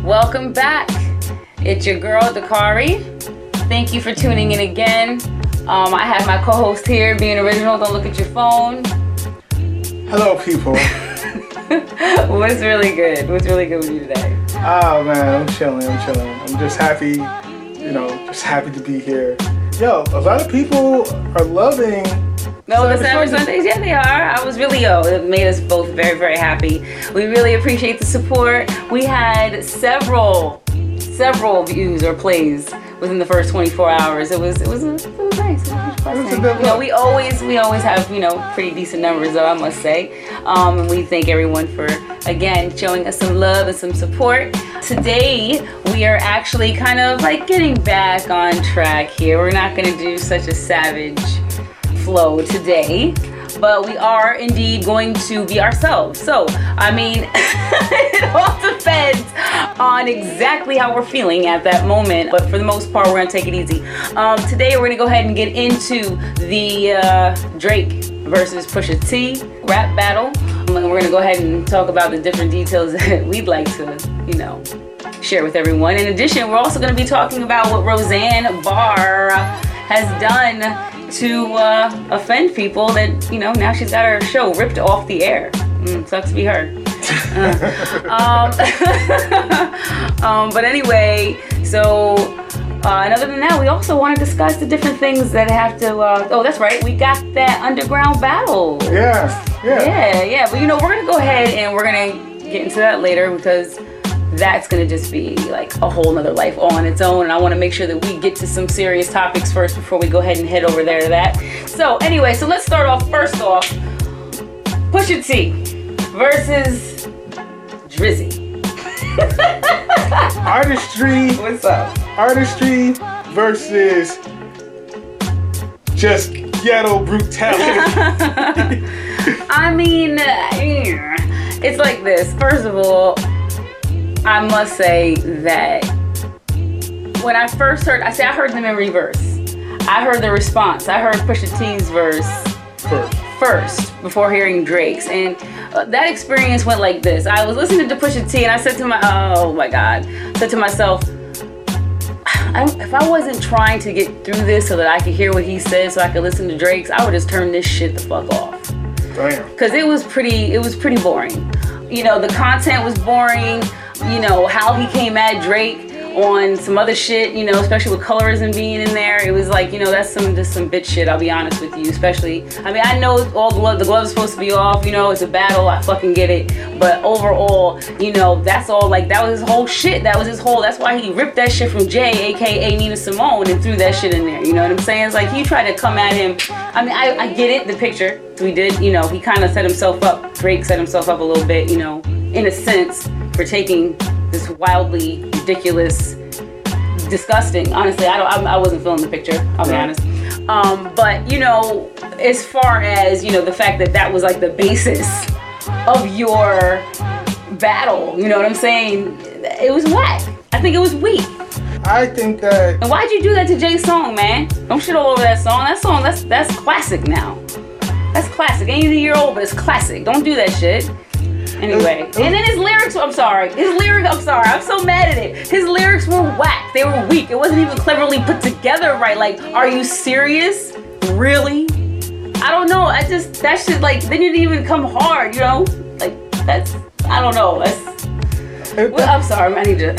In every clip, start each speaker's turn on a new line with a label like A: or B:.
A: Welcome back. It's your girl, Dakari. Thank you for tuning in again. Um, I have my co host here, being original. Don't look at your phone.
B: Hello, people.
A: What's really good? What's really good with you today?
B: oh man, I'm chilling. I'm chilling. I'm just happy, you know, just happy to be here. Yo, a lot of people are loving.
A: No, the
B: Cyber
A: Cyber Sundays,
B: Sundays.
A: yeah, they are. I was really, oh, it made us both very, very happy. We really appreciate the support. We had several, several views or plays within the first 24 hours. It was, it was, it was nice. It was
B: a
A: pleasant.
B: good
A: You know,
B: look.
A: we always, we always have, you know, pretty decent numbers, though I must say. Um, and we thank everyone for again showing us some love and some support. Today, we are actually kind of like getting back on track here. We're not going to do such a savage flow today, but we are indeed going to be ourselves. So, I mean, it all depends on exactly how we're feeling at that moment, but for the most part, we're gonna take it easy. Um, today, we're gonna go ahead and get into the uh, Drake versus Pusha T rap battle. Um, and we're gonna go ahead and talk about the different details that we'd like to, you know, share with everyone. In addition, we're also going to be talking about what Roseanne Barr has done to uh, offend people that, you know, now she's got her show ripped off the air. Mm, sucks to be her. Uh, um, um, but anyway, so. Uh, and other than that, we also want to discuss the different things that have to. Uh, oh, that's right. We got that underground battle.
B: Yeah, yeah.
A: Yeah, yeah, but you know, we're gonna go ahead and we're gonna get into that later because that's gonna just be like a whole nother life all on its own. And I wanna make sure that we get to some serious topics first before we go ahead and head over there to that. So, anyway, so let's start off first off Pusha T versus Drizzy.
B: Artistry,
A: What's up?
B: artistry versus just ghetto brutality.
A: I mean, eh, it's like this. First of all, I must say that when I first heard, I say I heard them in reverse. I heard the response. I heard Pusha T's verse
B: First.
A: first before hearing Drake's, and uh, that experience went like this. I was listening to Pusha T, and I said to my, oh my God, said to myself, I, if I wasn't trying to get through this so that I could hear what he said, so I could listen to Drake's, I would just turn this shit the fuck off
B: Damn.
A: because it was pretty it was pretty boring you know the content was boring you know how he came at drake on some other shit you know especially with colorism being in there it was like you know that's some just some bitch shit i'll be honest with you especially i mean i know all the glove the glove's supposed to be off you know it's a battle i fucking get it but overall you know that's all like that was his whole shit that was his whole that's why he ripped that shit from jay aka nina simone and threw that shit in there you know what i'm saying it's like he tried to come at him i mean i, I get it the picture we did, you know, he kind of set himself up, Drake set himself up a little bit, you know, in a sense, for taking this wildly ridiculous, disgusting. Honestly, I don't, I, I wasn't feeling the picture, I'll be
B: Right.
A: honest. Um, but, you know, as far as, you know, the fact that that was like the basis of your battle, you know what I'm saying? It was whack. I think it was weak.
B: I think that
A: And why'd you do that to Jay's song, man? Don't shit all over that song. That song, that's that's classic now. That's classic. Ain't even a year old, but it's classic. Don't do that shit. Anyway,
B: It was- it was-
A: and then his lyrics. I'm sorry. His lyrics. I'm sorry. I'm so mad at it. His lyrics were whack. They were weak. It wasn't even cleverly put together right. Like, are you serious? Really? I don't know. I just that shit. Like, they didn't even come hard. You know? Like, that's. I don't know. That's.
B: it-
A: Well, I'm sorry. I need to.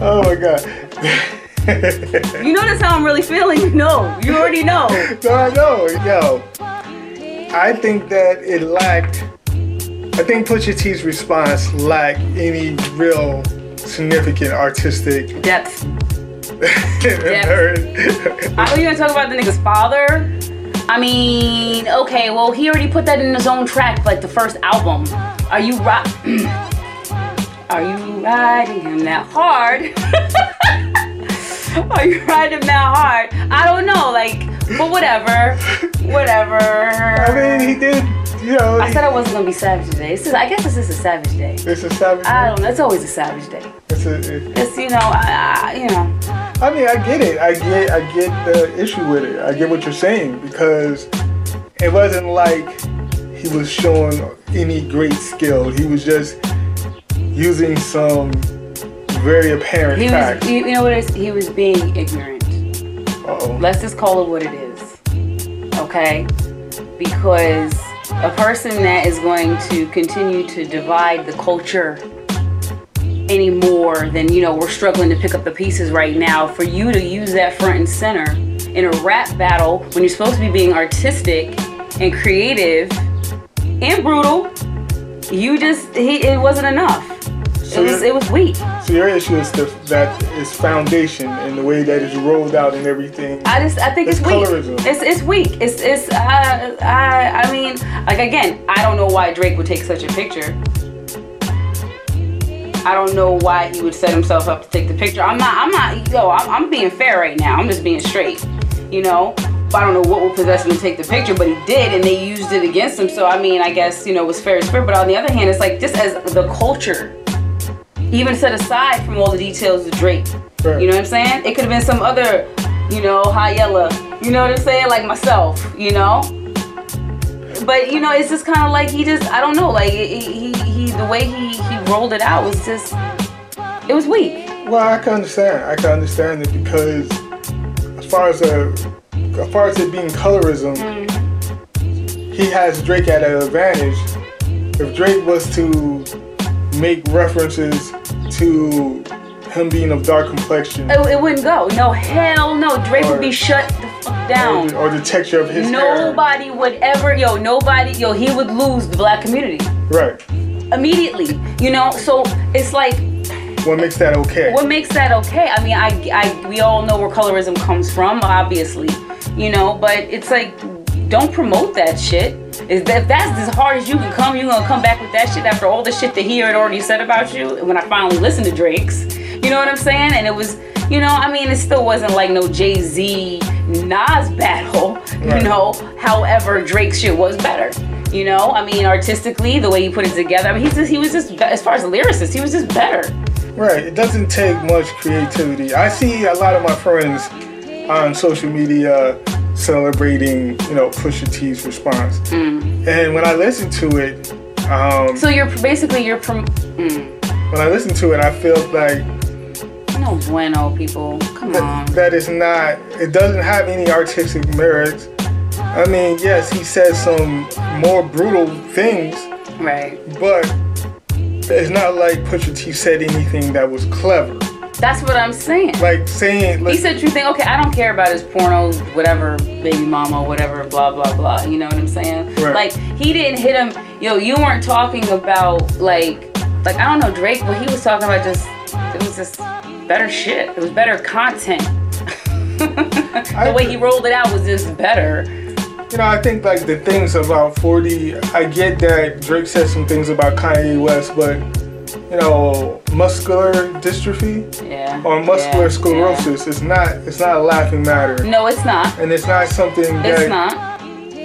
B: oh my god.
A: You notice how I'm really feeling? You know. You already know.
B: no, I know, yo. I think that it lacked. I think Pusha T's response lacked any real significant artistic
A: depth.
B: Nerd.
A: Are we gonna talk about the nigga's father? I mean, okay, well he already put that in his own track, like the first album. Are you rock? Are you riding him that hard? Are you riding him that hard? I don't know, like, but whatever, whatever.
B: I mean, he did, you know.
A: I said I wasn't gonna be savage today. This is, I guess this is a savage day.
B: it's a savage.
A: I don't know. It's always a savage day.
B: It's a, it-
A: It's you know, I, I, you know.
B: I mean, I get it. I get, I get the issue with it. I get what you're saying because it wasn't like he was showing any great skill. He was just using some very apparent
A: He was,
B: fact.
A: you you know what it is? He was being ignorant.
B: Uh-oh.
A: Let's just call it what it is. Okay? Because a person that is going to continue to divide the culture any more than, you know, we're struggling to pick up the pieces right now, for you to use that front and center in a rap battle when you're supposed to be being artistic and creative and brutal, you just, he, it wasn't enough. It was, it was weak.
B: So your issue is the, that its foundation and the way that it's rolled out and everything.
A: I just I think it's,
B: It's
A: weak.
B: colorism.
A: It's it's weak. It's it's uh, I I mean like again I don't know why Drake would take such a picture. I don't know why he would set himself up to take the picture. I'm not I'm not yo I'm, I'm being fair right now. I'm just being straight. You know. I don't know what would possess him to take the picture, but he did, and they used it against him. So I mean, I guess you know it was fair is fair. But on the other hand, it's like just as the culture, even set aside from all the details of Drake,
B: Right.
A: you know what I'm saying? It could have been some other, you know, high yella. You know what I'm saying? Like myself, you know. But you know, it's just kind of like he just I don't know. Like he, he, he the way he he rolled it out was just it was weak.
B: Well, I can understand. I can understand it because, as far as a, as far as it being colorism, he has Drake at an advantage. If Drake was to make references to him being of dark complexion
A: It, it wouldn't go. No hell no. Drake would be
B: Or-
A: shut the fuck
B: or,
A: down.
B: the, or the texture of his
A: Nobody would ever yo. Nobody yo. He would lose the black community
B: hair, right?
A: immediately. You know. So it's like
B: What makes that okay?
A: what makes that okay? I mean, I, I, we all know where colorism comes from, obviously, you know, but it's like, don't promote that shit. Is that if that's as hard as you can come? You're gonna come back with that shit after all the shit that he had already said about you. When I finally listened to Drake's, you know what I'm saying? And it was, you know, I mean, it still wasn't like no Jay Z Nas battle, you
B: Right.
A: know. However, Drake's shit was better. You know, I mean, artistically, the way he put it together, I mean, he's just, he was just, as far as a lyricist, he was just better.
B: Right, it doesn't take much creativity. I see a lot of my friends on social media celebrating, you know, Pusha T's response. And when I listen to it, um,
A: Mm. So you're basically you're prom- mm,
B: when I listen to it, I feel like
A: no bueno, people. Come on.
B: that is not. It doesn't have any artistic merits. I mean, yes, he says some more brutal things,
A: Right.
B: but it's not like Pusha T said anything that was clever.
A: That's what I'm saying.
B: Like saying,
A: He
B: like,
A: said you think okay, I don't care about his pornos, whatever, baby mama, whatever, blah blah blah. You know what I'm saying?
B: Right.
A: Like he didn't hit him. Yo, you weren't talking about like like I don't know Drake, but he was talking about just it was just better shit. It was better content. the way he rolled it out was just better.
B: You know, I think like the things about 40, I get that Drake said some things about Kanye West, but you know, muscular dystrophy
A: Yeah.
B: or muscular
A: yeah,
B: sclerosis is not it's not a laughing matter.
A: yeah. No, it's not.
B: And it's not something that
A: It's not.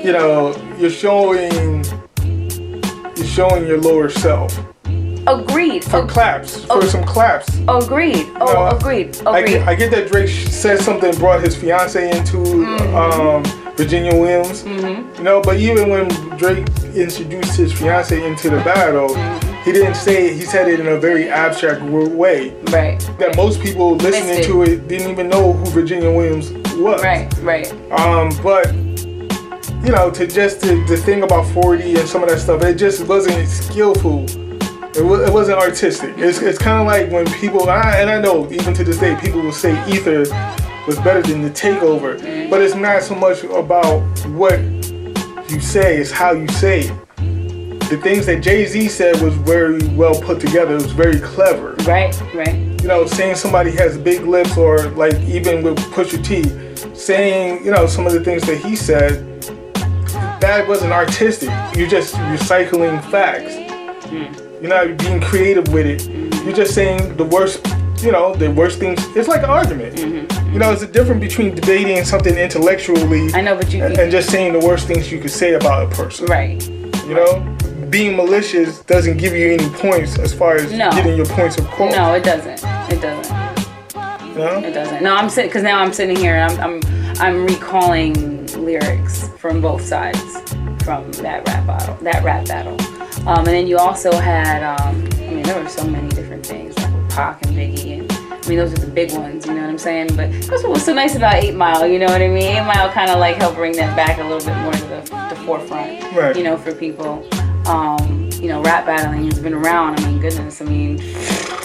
B: you know, you're showing you're showing your lower self.
A: Agreed.
B: For
A: Ag-
B: claps, for
A: Oh.
B: some claps.
A: agreed. Oh,
B: No, I-
A: agreed.
B: I
A: Agreed.
B: get, I get that Drake sh- said something brought his fiance into
A: Mm-hmm.
B: um, Virginia Williams. You know, but even when Drake introduced his fiance into the battle,
A: Mm-hmm.
B: he didn't say he said it in a very abstract w- way
A: right.
B: that most people listening
A: Missed it.
B: to it didn't even know who Virginia Williams was.
A: Right. Right.
B: Um, but you know, to just the, the thing about 40 and some of that stuff, it just wasn't skillful. It, wa it wasn't artistic. It's, it's kind of like when people, and I, and I know even to this day, people will say Ether was better than the Takeover, but it's not so much about what you say, it's how you say it. The things that Jay Z said was very well put together. It was very clever
A: Right. Right.
B: you know, saying somebody has big lips or like even with Pusha T, saying, you know, some of the things that he said, that wasn't artistic. You're just recycling facts. You're not being creative with it. You're just saying the worst, you know, the worst things. It's like an argument. You know, it's a difference between debating something intellectually
A: I know, but you.
B: and, and just saying the worst things you could say about a person.
A: right.
B: You know? Being malicious doesn't give you any points as far as
A: No.
B: getting your points across.
A: No, it doesn't. It doesn't.
B: You know?
A: It doesn't. No, I'm sitting because now I'm sitting here and I'm I'm I'm recalling lyrics from both sides from that rap battle. That rap battle. Um, and then you also had um, I mean, there were so many different things like with Pac and Biggie, and I mean, those are the big ones. You know what I'm saying? But that's what was so nice about Eight Mile. You know what I mean? Eight Mile kind of like helped bring that back a little bit more to the, the forefront.
B: Right.
A: You know, for people. Um, you know, rap battling has been around. I mean, goodness. I mean,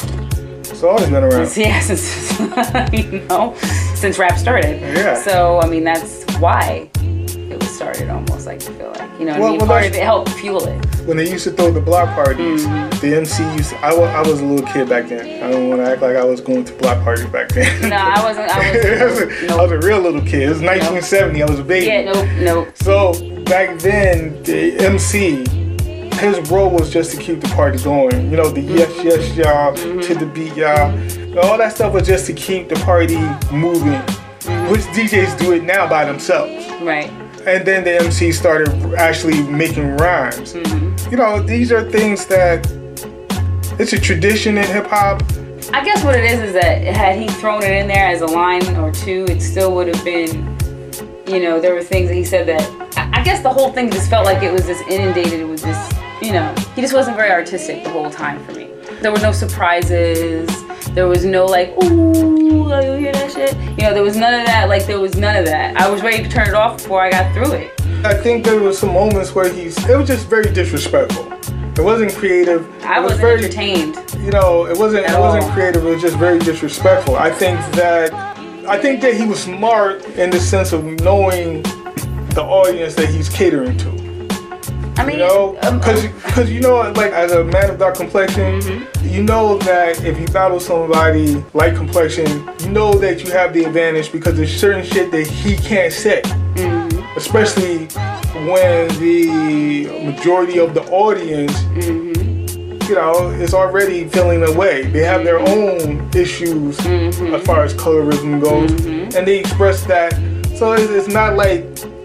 B: It's always been around.
A: yeah, since you know, since rap started.
B: Yeah.
A: So I mean, that's why it was started. Almost like I feel like you know, what
B: Well,
A: I mean,
B: well,
A: part of
B: that's-
A: it helped fuel it.
B: When they used to throw the block parties, the MC used. To, I, wa- I was a little kid back then. I don't want to act like I was going to block parties back then.
A: No, I wasn't. I
B: I was,
A: was.
B: a- I was
A: no.
B: a real little kid. It was 1970. I was a baby.
A: Yeah. Nope. Nope.
B: So back then, the MC, his role was just to keep the party going. You know, the
A: Mm-hmm.
B: yes, yes, y'all, to the beat, y'all. And All that stuff was just to keep the party moving,
A: Mm-hmm.
B: which DJs do it now by themselves.
A: Right.
B: And then the MC started actually making rhymes.
A: Mm-hmm.
B: You know, these are things that it's a tradition in hip hop.
A: I guess what it is is that had he thrown it in there as a line or two, it still would have been, you know, there were things that he said that. I I guess the whole thing just felt like it was just inundated with this, you know, he just wasn't very artistic the whole time for me. There were no surprises. There was no like, ooh, oh, you hear that shit? You know, there was none of that. Like there was none of that. I was ready to turn it off before I got through it.
B: I think there was some moments where he's. It was just very disrespectful. It wasn't creative.
A: I
B: it was
A: wasn't
B: very
A: entertained.
B: you know, it wasn't it
A: At
B: wasn't
A: all.
B: creative. It was just very disrespectful. I think that I think that he was smart in the sense of knowing the audience that he's catering to.
A: I mean,
B: You know,
A: um,
B: because because you know, like as a man of dark complexion,
A: Mm-hmm.
B: you know that if you battle somebody light complexion, you know that you have the advantage because there's certain shit that he can't say,
A: Mm-hmm.
B: especially when the majority of the audience. You know, is already feeling away. They have their own issues
A: Mm-hmm.
B: as far as colorism goes, and they express that. So it's, it's not like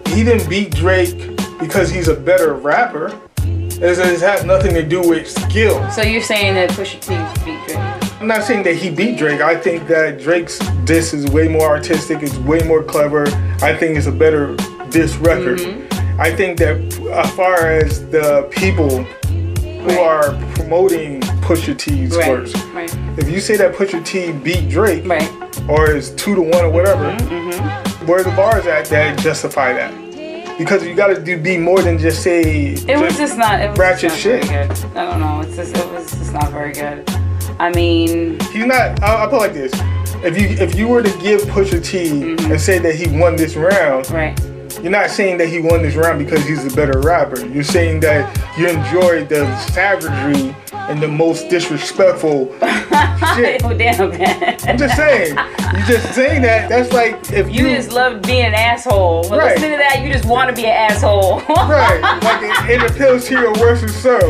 B: he didn't beat Drake because he's a better rapper. It's- it has nothing to do with skill.
A: so you're saying that Pusha T beat Drake?
B: I'm not saying that he beat Drake. I think that Drake's diss is way more artistic. It's way more clever. I think it's a better diss record.
A: Mm-hmm.
B: I think that as far as the people who
A: Right.
B: are promoting Pusha T's works,
A: Right.
B: if you say that Pusha T beat Drake
A: Right. Mm-hmm.
B: or is two to one or whatever, where the bars at that justify that? Because you got to do be more than just say.
A: It was just not. It was
B: ratchet
A: just
B: shit.
A: not Very good. I don't know. It's just. It was just not very good. I mean,
B: He's not. I'll, I'll put it like this: if you if you were to give Pusha T
A: Mm-hmm.
B: and say that he won this round,
A: right.
B: you're not saying that he won this round because he's a better rapper. You're saying that you enjoyed the savagery and the most disrespectful shit.
A: Oh damn,
B: I'm
A: man.
B: just saying. You're just saying that. That's like if
A: You just love being an asshole. Well,
B: Right.
A: Listen to that. You just want to be an asshole.
B: Right, like it, it appeals to your worst self.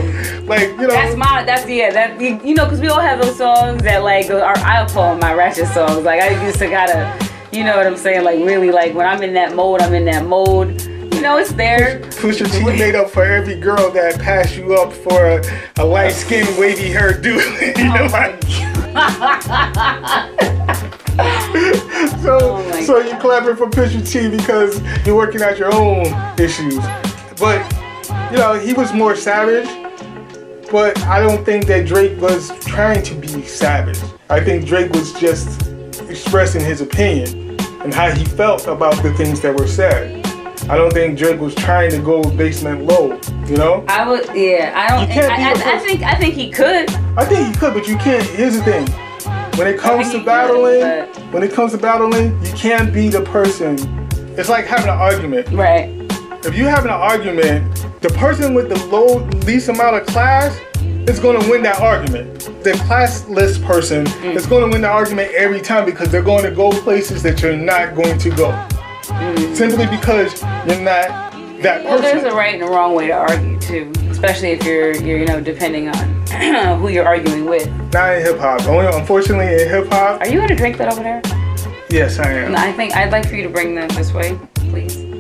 B: Like you know,
A: That's my. That's yeah. That you, you know, cause we all have those songs that like are. I call them my ratchet songs. Like I used to gotta. You know what I'm saying? Like really, like when I'm in that mode, I'm in that mode. You know, it's there.
B: Pusha T made up for every girl that passed you up for a, a light skinned wavy haired dude. you know, like, so
A: Oh my
B: so you're clapping for Pusha T because you're working out your own issues. But you know, he was more savage. But I don't think that Drake was trying to be savage. I think Drake was just expressing his opinion and how he felt about the things that were said. I don't think Drake was trying to go basement low, you know?
A: I would. Yeah. I don't.
B: You can't be
A: I,
B: the
A: I, I
B: first-
A: think. I think he could.
B: I think he could, but you can't. Here's the thing. When it comes
A: think he
B: to
A: could,
B: battling,
A: but-
B: when it comes to battling, you can't be the person. It's like having an argument.
A: Right.
B: If you having an argument, the person with the low least amount of class is going to win that argument. The classless person
A: Mm.
B: is going to win the argument every time because they're going to go places that you're not going to go. Simply because you're not
A: Mm.
B: that person.
A: Well, there's a right and a wrong way to argue too, especially if you're, you're you know, depending on who you're arguing with.
B: not in hip hop. Only unfortunately in hip hop.
A: Are you gonna drink that over there?
B: Yes, I am.
A: I think I'd like for you to bring that this way, please.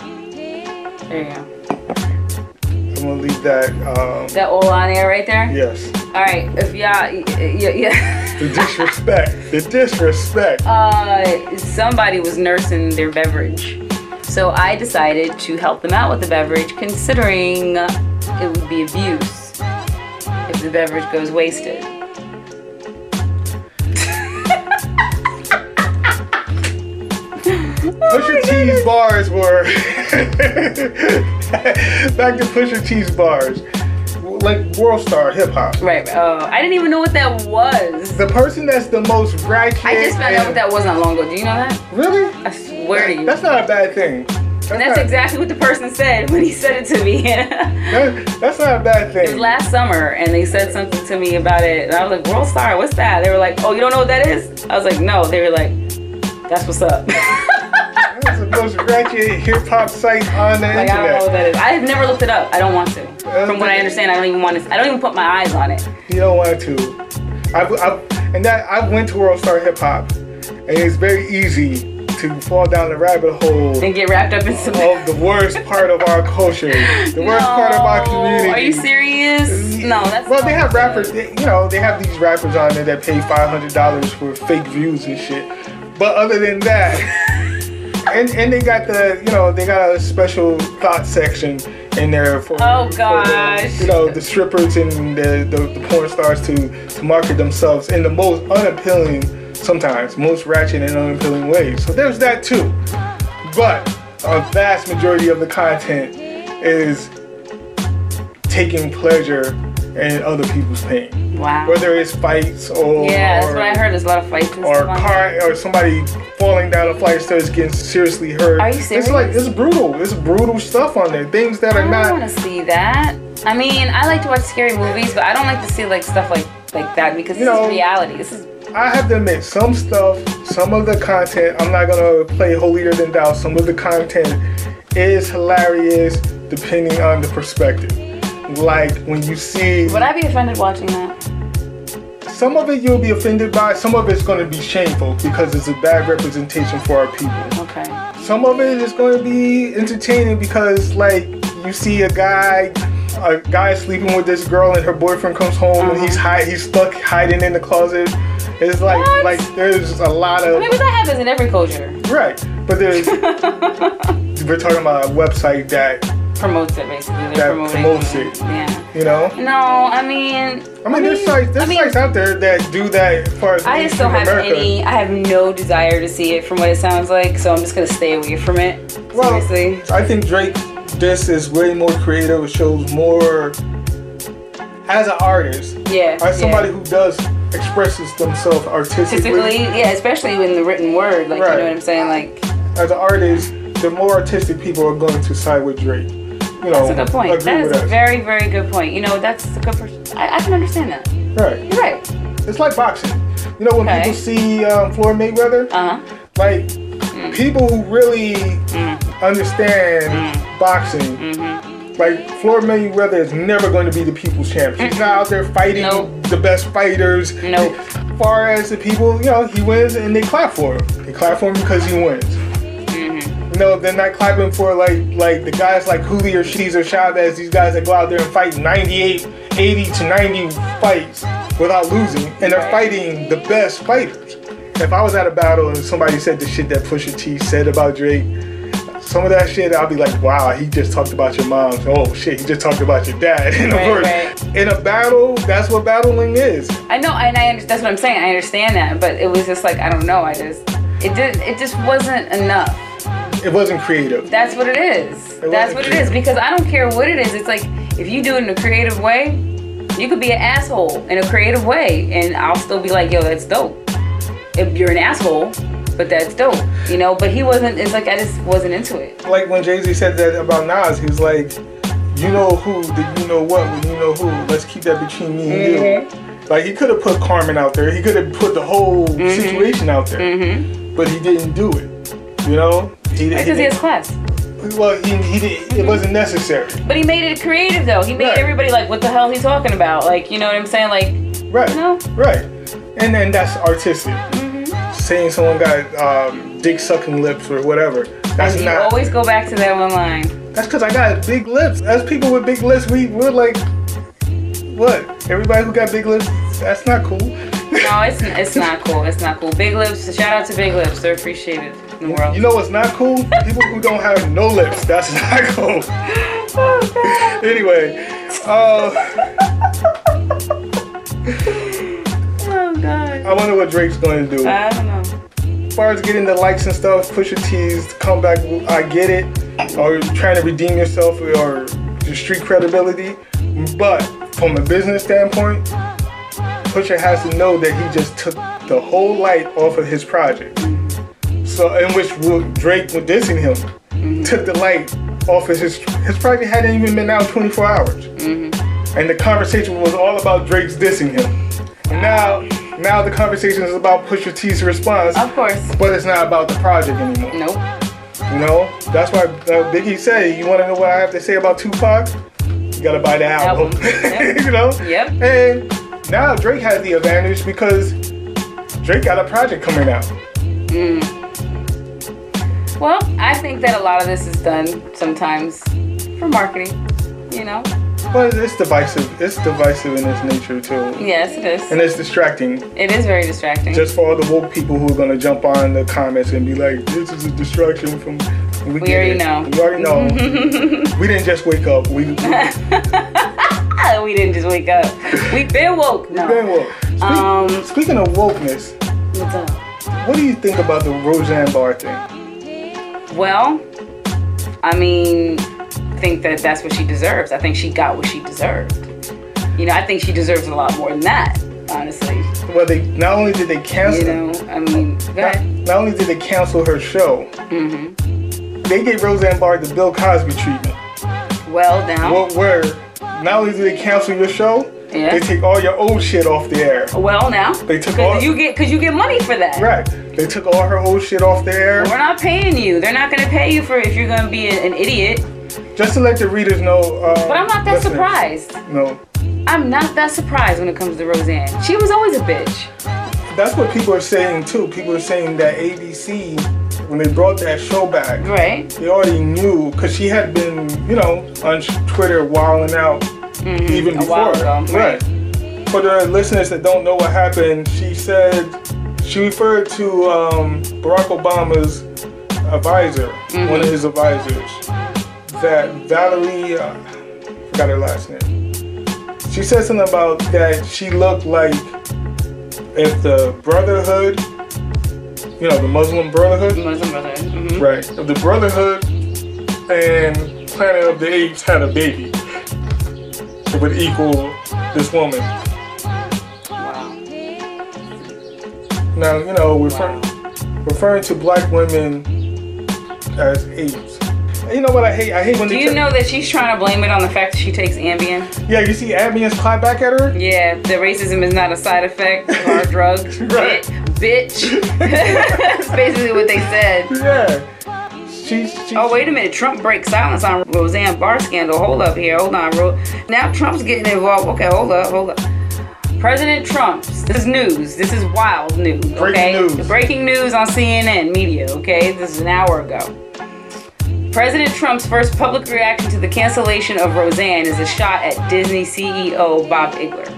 A: There you go.
B: I'm gonna leave that. Um,
A: That all on air right there.
B: yes.
A: All right. If y'all, yeah, yeah.
B: The
A: Oh,
B: disrespect. the disrespect.
A: uh, somebody was nursing their beverage. So I decided to help them out with the beverage, considering it would be abuse if the beverage goes wasted.
B: Pusher T's bars were back to Pusher T's bars, like world star hip hop.
A: Right. Oh, I didn't even know what that was.
B: The person that's the most ratchet.
A: I just found out what that was not long ago. Do you know that?
B: Really?
A: I swear to you.
B: That's not a bad thing. That's,
A: And that's
B: not,
A: exactly what the person said when he said it to me. it
B: that- that's not a bad
A: was
B: thing.
A: last summer, and they said something to me about it, and I was like, "World Star, what's that?" They were like, "Oh, you don't know what that is?" I was like, "No." They were like, "That's what's up."
B: That's the most ratchet hip hop site on the
A: Like I don't know what
B: internet.
A: that is. I have never looked it up. I don't want to. From what I understand, I don't even want to. I don't even put my eyes on it.
B: You don't want to. I've, I've, and that I went to World Star Hip Hop, and it's very easy to fall down the rabbit hole
A: And get wrapped up in some.
B: of the worst part of our culture, Oh, the worst part of our community.
A: Are you serious? No, that's.
B: Well, they have rappers. They, you know, they have these rappers on there that pay five hundred dollars for fake views and shit. But other than that, and and they got the you know they got a special thought section in there for
A: Oh,
B: for the,
A: gosh.
B: you know the strippers and the, the the porn stars to to market themselves in the most unappealing sometimes most ratchet and unappealing ways. So there's that too. But a vast majority of the content is taking pleasure in other people's pain.
A: Wow.
B: Whether it's fights or
A: yeah, that's
B: or,
A: what I heard. There's a lot of fights and
B: or
A: stuff. on there.
B: car or somebody falling down a flight of stairs getting seriously hurt.
A: Are you
B: It's like
A: serious?
B: it's brutal. It's brutal stuff on there. Things that are
A: I don't want
B: not
A: to see that. I mean, I like to watch scary movies, but I don't like to see like stuff like like that because
B: You
A: this
B: know-
A: is reality. This is
B: I have to admit, some stuff, some of the content, I'm not gonna play holier than thou. Some of the content is hilarious depending on the perspective. Like when you see
A: would I be offended watching that?
B: Some of it you'll be offended by, some of it's going to be shameful because it's a bad representation for our people.
A: Okay.
B: Some of it is going to be entertaining because, like, you see a guy, a guy sleeping with this girl, and her boyfriend comes home and he's hide, he's stuck hiding in the closet. It's like,
A: Uh-huh. What?
B: like there's a lot of
A: I mean, but that happens in every culture.
B: right, but there's we're talking about a website that
A: Promotes it basically. They're
B: That
A: promoting
B: promotes it.
A: Yeah.
B: you know.
A: No, I mean.
B: I mean, there's sites, there's
A: I mean,
B: sites out there that do that. As far as
A: I just don't
B: mainstream
A: have
B: America.
A: any. I have no desire to see it from what it sounds like, so I'm just gonna stay away from it.
B: Well,
A: Seriously.
B: I think Drake this is way more creative. It shows more as an artist,
A: Yeah.
B: as somebody
A: yeah.
B: who does expresses themselves artistically.
A: Statistically, yeah, especially in the written word, like
B: Right.
A: you know what I'm saying, like.
B: As an artist, the more artistic people are going to side with Drake. You know,
A: That's a good point.
B: agree
A: That is
B: with
A: a
B: us.
A: very, very good point. You know, that's a good person. I, I can understand that.
B: right.
A: You're right.
B: It's like boxing. You know, when
A: Okay.
B: people see um, Floyd Mayweather,
A: Uh Mm. huh.
B: like people who really
A: Mm.
B: understand boxing.
A: Mm-hmm.
B: Like Floyd Mayweather is never going to be the people's champion. He's not out there fighting
A: Nope.
B: the best fighters.
A: Nope.
B: Far as the people, you know, he wins and they clap for him. They clap for him because he wins. You know, they're not clapping for like like the guys like Julio Cesar Chavez. These guys that go out there and fight 98, 80 to 90 fights without losing, and they're
A: Right.
B: fighting the best fighters. If I was at a battle and somebody said the shit that Pusha T said about Drake, some of that shit, I'll be like, wow, he just talked about your mom. Oh shit, he just talked about your dad. In a,
A: Right,
B: word.
A: right.
B: in a battle, that's what battling is.
A: I know, and I under, that's what I'm saying. I understand that, but it was just like I don't know. I just it did. It just wasn't enough.
B: It wasn't creative.
A: That's what it is.
B: It
A: That's
B: wasn't
A: what it is.
B: creative.
A: Because I don't care what it is. It's like if you do it in a creative way, you could be an asshole in a creative way, and I'll still be like, yo, that's dope. If you're an asshole, but that's dope, you know. But he wasn't. It's like I just wasn't into it.
B: Like when Jay Z said that about Nas, he was like, you know who, the you know what, when you know who. Let's keep that between me and
A: Mm-hmm.
B: you. Like he could have put Carmen out there. He could have put the whole situation out there, but he didn't do it. You know, he, he
A: Mm-hmm. Because he Mm-hmm. has class.
B: Well, he, he did, it wasn't necessary.
A: But he made it creative though. He made
B: Right.
A: everybody like, what the hell he talking about? Like, you know what I'm saying? Like,
B: Right.
A: No. Mm-hmm.
B: Right. And then that's artistic. Saying someone got um, dick sucking lips or whatever. That's
A: you
B: not.
A: always go back to that one line.
B: that's because I got big lips. As people with big lips, we we're like, what? Everybody who got big lips, that's not cool.
A: No, it's it's not cool. It's not cool. Big lips. Shout out to Big Lips. They're appreciated. in the world.
B: You know what's not cool? People who don't have no lips. That's not cool. anyway, uh,
A: Oh god.
B: I wonder what Drake's going to do.
A: I don't know.
B: As far as getting the likes and stuff, Pusha T's comeback, I get it. Or trying to redeem yourself or your street credibility. But from a business standpoint, Pusha has to know that he just took the whole light off of his project. So in which Will- Drake was dissing him, took the light off of his his project hadn't even been out 24 hours, and the conversation was all about Drake's dissing him. And now, now the conversation is about Pusha T's response.
A: Of course.
B: But it's not about the project anymore.
A: Nope.
B: You know, that's why uh, Biggie said, "You want to know what I have to say about Tupac? You gotta buy the album."
A: Album. Yep.
B: you know.
A: Yep.
B: And now Drake has the advantage because Drake got a project coming out.
A: Well, I think that a lot of this is done sometimes for marketing, you know?
B: But it's divisive. It's divisive in its nature too,
A: Yes, it is.
B: and it's distracting.
A: It is very distracting.
B: Just for all the woke people who are gonna jump on the comments and be like, "This is a distraction from." We, get
A: already
B: it.
A: know.
B: We already know. we didn't just wake up. We, we
A: Ah, we didn't just wake up. We've been woke. No.
B: been woke. Speak-
A: Um,
B: speaking of wokeness,
A: What's up?
B: What do you think about the Roseanne Barr thing?
A: Well, I mean, I think that that's what she deserves. I think she got what she deserved. You know, I think she deserves a lot more than that, honestly.
B: Well, they not only did they
A: You
B: cancel,
A: know, I mean, go
B: not,
A: ahead.
B: not only did they cancel her show,
A: Mm-hmm.
B: they gave Roseanne Barr the Bill Cosby treatment.
A: Well, down.
B: What where not only did they cancel your show,
A: Yeah.
B: they take all your old shit off the air.
A: Well, now.
B: They took all-
A: Cause you get because you get money for that.
B: Right? They took all her old shit off the air.
A: We're not paying you. They're not gonna pay you for if you're gonna be an, an idiot.
B: Just to let the readers know. Uh,
A: But I'm not that
B: listeners,
A: surprised.
B: No,
A: I'm not that surprised when it comes to Roseanne. She was always a bitch.
B: that's what people are saying too. People are saying that ABC, when they brought that show back,
A: Right?
B: they already knew because she had been, you know, on Twitter wilding out even
A: Mm-hmm. a while
B: before.
A: ago, right.
B: For the listeners that don't know what happened, she said she referred to um, Barack Obama's advisor, one
A: Mm-hmm.
B: of his advisors, that Valerie, uh, forgot her last name. She said something about that she looked like if the Brotherhood, you know, the Muslim Brotherhood,
A: Muslim brother. Mhm.
B: Right. If the Brotherhood and Planet of the Apes had a baby, it would equal this woman.
A: Wow.
B: Now, you know, refer-
A: Wow.
B: referring to black women as apes. And You know what I hate? I hate when
A: Do
B: they
A: you
B: try-
A: know that she's trying to blame it on the fact that she takes Ambien?
B: Yeah, you see Abby's clap back at her?
A: Yeah, the racism is not a side effect of our drug.
B: Right.
A: Bit, bitch. That's basically what they said.
B: Yeah. She, she,
A: Oh, wait a minute. Trump breaks silence on Roseanne Barr scandal. Hold up here. Hold on. Ro- now Trump's getting involved. Okay, hold up. Hold up. President Trump. This is news. This is wild news. Okay?
B: Breaking news.
A: Breaking news on CNN media. Okay, this is an hour ago. President Trump's first public reaction to the cancellation of Roseanne is a shot at Disney CEO Bob Iger.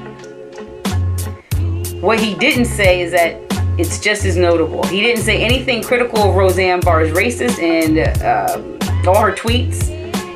A: What he didn't say is that it's just as notable. He didn't say anything critical of Roseanne Barr's racist and um all her tweets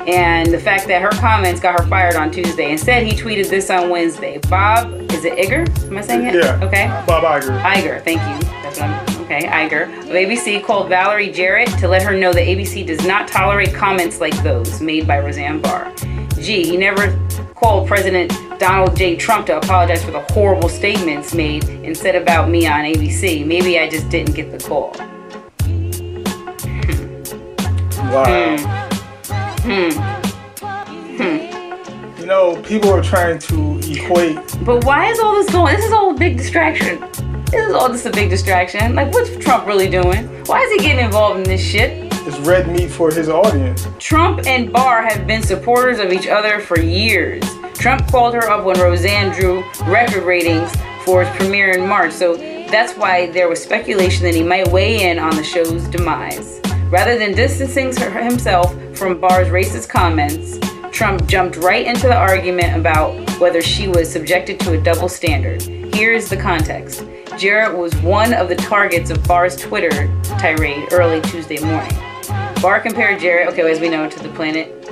A: and the fact that her comments got her fired on Tuesday. Instead, he tweeted this on Wednesday. Bob, is it Iger? Am I saying it?
B: Yeah.
A: Okay.
B: Bob Iger.
A: Iger, thank you. That's what I'm, okay, Iger of ABC called Valerie Jarrett to let her know that ABC does not tolerate comments like those made by Roseanne Barr. Gee, he never called President Donald J. Trump to apologize for the horrible statements made and said about me on ABC. Maybe I just didn't get the call.
B: Wow.
A: hmm.
B: You know, people are trying to equate
A: But why is all this going? This is all a big distraction. This is all just a big distraction. Like, what's Trump really doing? Why is he getting involved in this shit?
B: this red meat for his audience.
A: Trump and Barr have been supporters of each other for years. Trump called her up when Roseanne drew record ratings for its premiere in March, so that's why there was speculation that he might weigh in on the show's demise. Rather than distancing her- himself from Barr's racist comments, Trump jumped right into the argument about whether she was subjected to a double standard. Here is the context. Jarrett was one of the targets of Barr's Twitter tirade early Tuesday morning. Barr compared Jarrett, okay, as we know, to the Planet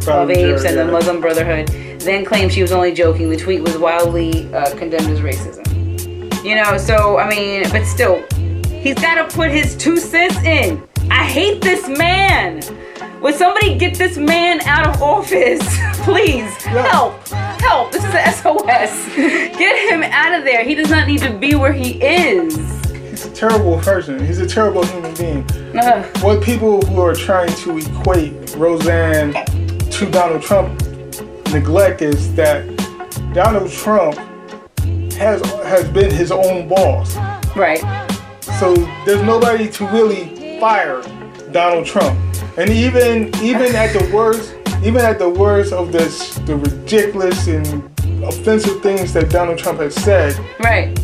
A: Twelve Apes and the Muslim Brotherhood, then claimed she was only joking. The tweet was wildly uh, condemned as racism. You know, so I mean, but still, he's got to put his two cents in. I hate this man. Would somebody get this man out of office? Please
B: Yeah.
A: help. Help. This is an SOS. Get him out of there. He does not need to be where he is.
B: He's a terrible person. He's a terrible human being.
A: Ugh.
B: What people who are trying to equate Roseanne to Donald Trump neglect is that Donald Trump has has been his own boss.
A: Right.
B: So there's nobody to really fire Donald Trump. And even even at the worst, even at the worst of the the ridiculous and offensive things that Donald Trump has said,
A: Right.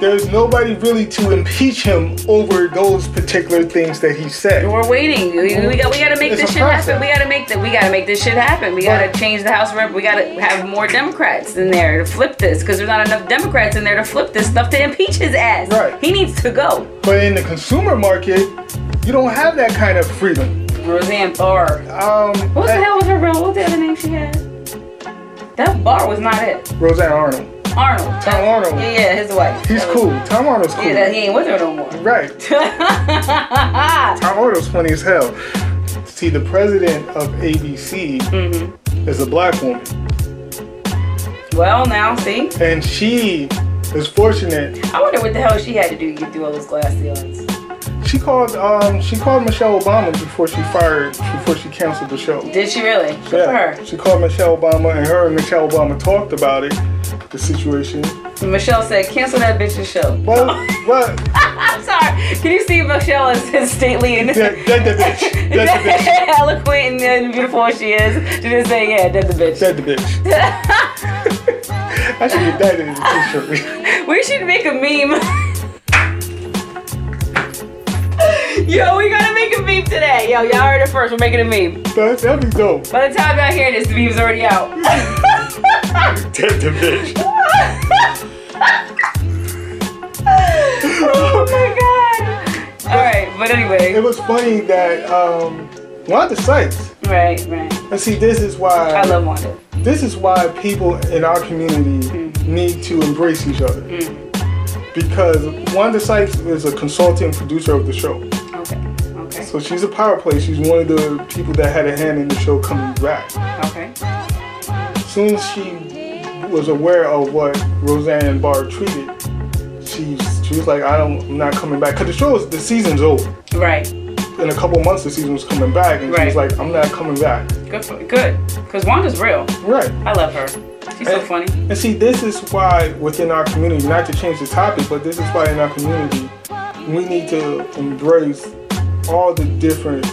B: there's nobody really to impeach him over those particular things that he said.
A: We're waiting. We, we got. We got to make
B: It's
A: this
B: a
A: shit happen.
B: process.
A: We got to make that. We got to make this shit happen. We got
B: Right.
A: to change the House of Rep. We got to have more Democrats in there to flip this because there's not enough Democrats in there to flip this stuff to impeach his ass.
B: Right.
A: He needs to go.
B: But in the consumer market, you don't have that kind of freedom.
A: Roseanne Barr.
B: Um,
A: What the
B: that-
A: hell was her real? What was the other name she had? That Barr was not it.
B: Roseanne Arnold.
A: Arnold. Tom
B: Oh, Arnold.
A: Yeah, yeah, his wife.
B: He's
A: That was-
B: cool. Tom Arnold's cool.
A: Yeah, that, he ain't with her no more.
B: Right. Tom Arnold's funny as hell. See, the president of ABC
A: Mm-hmm.
B: is a black woman,
A: well, now see.
B: and she is fortunate.
A: I wonder what the hell she had to do to get through all those glass ceilings.
B: She called um, she called Michelle Obama before she fired before she canceled the show.
A: Did she really? Good for her.
B: She called Michelle Obama, and her and Michelle Obama talked about it, the situation.
A: Michelle said, cancel that bitch's show.
B: Well,
A: Oh.
B: well,
A: I'm sorry. Can you see Michelle as, as stately and
B: dead, dead the bitch, dead the bitch,
A: eloquent and, and uh, beautiful as she is? She just saying, yeah, dead the bitch.
B: dead the bitch. I should get that in the t-shirt.
A: We should make a meme. Yo, we gotta make a meme today. Yo, y'all heard it first. We're making a meme.
B: That- That'd be dope.
A: By the time y'all hear this, the meme's already out.
B: Dead the bitch.
A: oh my god. All right, but
B: It
A: anyway.
B: was funny that um, Wanda Sykes.
A: Right, right.
B: And see, this is why
A: I love Wanda.
B: this is why people in our community
A: Mm.
B: need to embrace each other. Because Wanda Sykes is a consultant producer of the show.
A: Okay, okay,
B: So she's a power play. She's one of the people that had a hand in the show coming back.
A: okay.
B: Soon as she was aware of what Roseanne and Barr treated, she, she was like, I don't, I'm not coming back. Because the show is, the season's over.
A: Right.
B: In a couple months, the season was coming back. And she was
A: Right.
B: like, I'm not coming back.
A: Good, for, good. Cause Wanda's real.
B: Right.
A: I love her. She's so
B: And-
A: funny.
B: And see, this is why within our community, not to change the topic, but this is why in our community, we need to embrace all the different,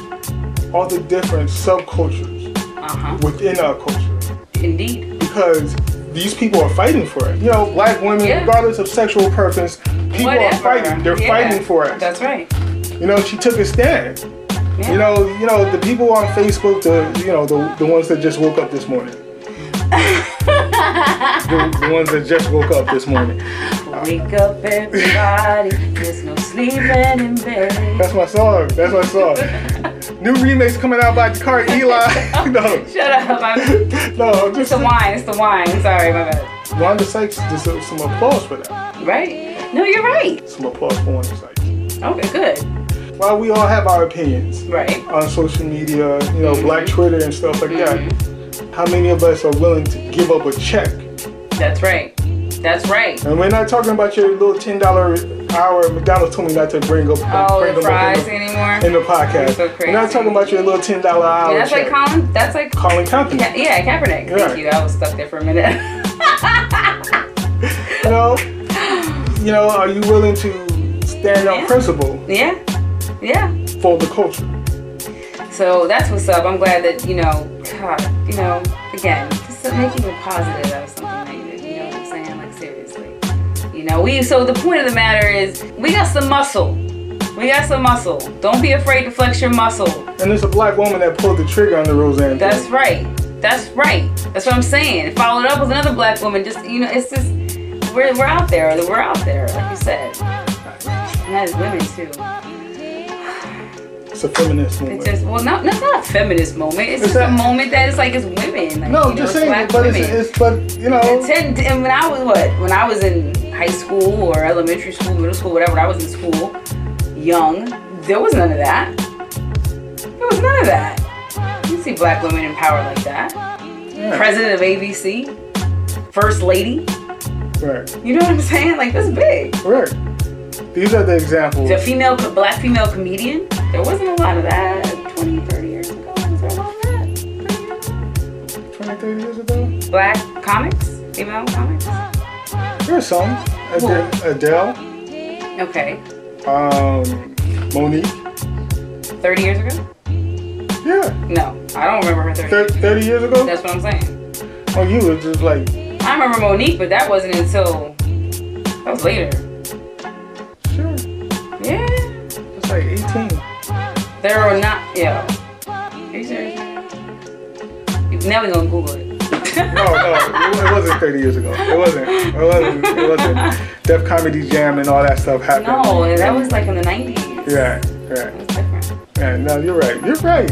B: all the different subcultures
A: Uh huh.
B: within our culture,
A: Indeed.
B: because these people are fighting for it. You know, black women,
A: Yeah.
B: regardless of sexual preference, people
A: Whatever.
B: are fighting. They're
A: Yeah.
B: fighting for it.
A: That's right.
B: You know, she took a stand.
A: Yeah.
B: You know, you know the people on Facebook, the you know the, the ones that just woke up this morning. the, the ones that just woke up this morning.
A: Wake up, everybody. There's no sleeping in bed.
B: That's my song. That's my song. New remix coming out by Dakar Eli. no,
A: Shut up. I'm,
B: no, I'm just
A: it's the wine. It's the wine. Sorry, my bad.
B: Wanda Sykes deserves some applause for that.
A: Right? No, you're right.
B: Some applause for Wanda Sykes.
A: Okay, good.
B: While we all have our opinions
A: Right.
B: on social media, you know, Black
A: Mm-hmm.
B: Twitter and stuff like that, how many of us are willing to give up a check?
A: That's right. That's right.
B: And we're not talking about your little ten dollar hour. McDonald's told me not to bring up
A: Oh,
B: bring
A: the
B: them up in
A: fries
B: the-
A: anymore.
B: in the podcast.
A: so
B: We're not
A: crazy.
B: talking about your little ten dollar hour.
A: Yeah, that's like
B: check.
A: Colin. That's like
B: Colin Company.
A: Ka- yeah, Kaepernick.
B: Yeah.
A: Thank you. I was stuck there for a minute.
B: You know, you know, are you willing to stand on
A: Yeah.
B: principle
A: yeah. Yeah.
B: for the culture?
A: So that's what's up. I'm glad that, you know, God, you know, again, just making it positive out of something negative. You know what I'm saying? Like, seriously. You know, we, so the point of the matter is, we got some muscle. We got some muscle. Don't be afraid to flex your muscle.
B: And there's a black woman that pulled the trigger on the Roseanne.
A: That's
B: thing.
A: right. That's right. That's what I'm saying. Followed up with another black woman. Just, you know, it's just, we're, we're out there. We're out there, like you said. And as women too.
B: It's a feminist movement.
A: It's just well, not that's not a feminist moment. It's,
B: It's
A: just a,
B: a-
A: moment that it's like it's women. Like,
B: no,
A: you know,
B: just
A: it's
B: saying,
A: black
B: but it's,
A: women.
B: it's but you know,
A: And ten- and when I was what? When I was in high school or elementary school, middle school, whatever, when I was in school, young, there was none of that. There was none of that. You didn't see black women in power like that.
B: yeah,
A: President of ABC, first lady.
B: right,
A: You know what I'm saying? Like that's big.
B: right. These are the examples.
A: The female, black female comedian. There wasn't a lot of that 20, 30 years ago. Was there a lot of that?
B: 20, 30 years ago,
A: Black comics, female comics.
B: there's some Adele, Adele
A: Okay,
B: um, Monique.
A: 30 years ago?
B: Yeah,
A: No, I don't remember her 30.
B: Thir- 30 years ago.
A: That's what I'm saying.
B: Well, you were just like,
A: I remember Monique, but that wasn't until that was later.
B: sure,
A: Yeah,
B: it's like 18.
A: there are not. Yeah. Are you serious? Now we gonna Google it.
B: No, no, it wa- it wasn't 30 years ago. It wasn't. It wasn't. It wasn't. Def Comedy Jam and all that stuff happened.
A: no, and that was like in the 90s.
B: Yeah,
A: It
B: yeah,
A: was different.
B: yeah. No, you're right. You're right.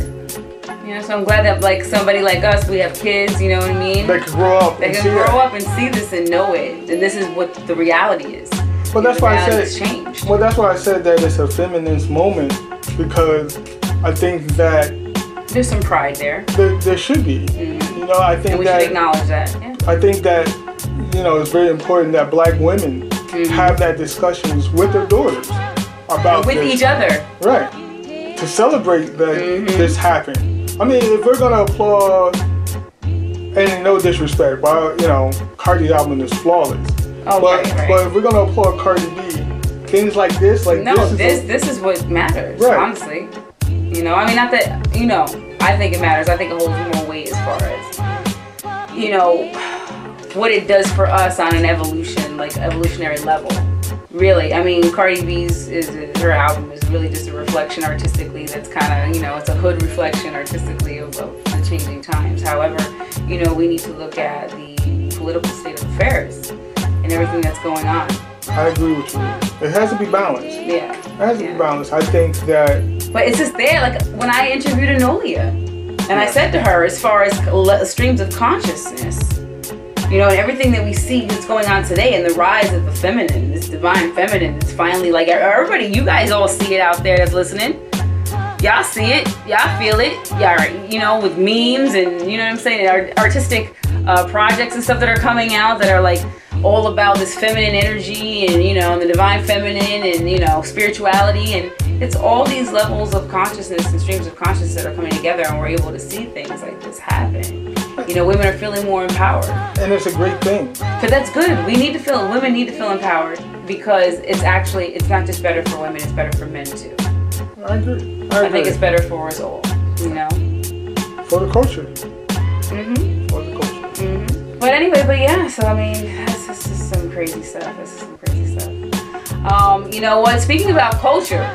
A: You know, so I'm glad that like somebody like us, we have kids. You know what I mean?
B: They could grow up.
A: They
B: and
A: can
B: see
A: grow
B: that.
A: up and see this and know it, and this is what the reality is.
B: But that's
A: the
B: why I
A: reality's
B: said.
A: changed.
B: Well, that's why I said that it's a feminist moment because I think that
A: There's some pride there,
B: there, there should be. You know,
A: Mm-hmm.
B: I
A: and
B: think
A: we should
B: that
A: acknowledge that. Yeah.
B: I think that you know it's very important that Black women
A: Mm-hmm.
B: have that discussions with their daughters about
A: With
B: this.
A: each other. Mm-hmm.
B: Right. To celebrate that this happened. I mean, if we're gonna applaud, and no disrespect, but you know, Cardi's album is flawless.
A: Oh,
B: but
A: right, right.
B: but if we're gonna applaud Cardi B, things like this, like
A: No,
B: this,
A: this
B: is
A: this is what matters,
B: Right.
A: honestly. You know, I mean, not that you know. I think it matters. I think it holds more weight as far as you know what it does for us on an evolution, like evolutionary level. Really, I mean, Cardi B's is, is her album is really just a reflection artistically. That's kind of you know, it's a hood reflection artistically of, of the changing times. However, you know, we need to look at the political state of affairs and everything that's going on.
B: I agree with you. It has to be balanced. It
A: Yeah.
B: has to
A: Yeah.
B: be balanced. I think that
A: But it's just there. Like when I interviewed Anolia, and I said to her, as far as le- streams of consciousness, you know, and everything that we see that's going on today, and the rise of the feminine, this divine feminine, it's finally like everybody, you guys all see it out there that's listening. Y'all see it, y'all feel it, y'all, you know, with memes and you know what I'm saying, art- artistic uh, projects and stuff that are coming out that are like all about this feminine energy and you know, and the divine feminine and you know, spirituality and it's all these levels of consciousness and streams of consciousness that are coming together, and we're able to see things like this happen. You know, women are feeling more empowered.
B: and it's a great thing.
A: But that's good. We need to feel women need to feel empowered because it's actually it's not just better for women, it's better for men too.
B: I agree. I,
A: I
B: agree.
A: think it's better for us all, you know.
B: for the culture.
A: Mhm.
B: For the culture.
A: Mhm. But anyway, but yeah. So I mean, that's this is some crazy stuff. This is some crazy stuff. Um, you know what? Speaking about culture,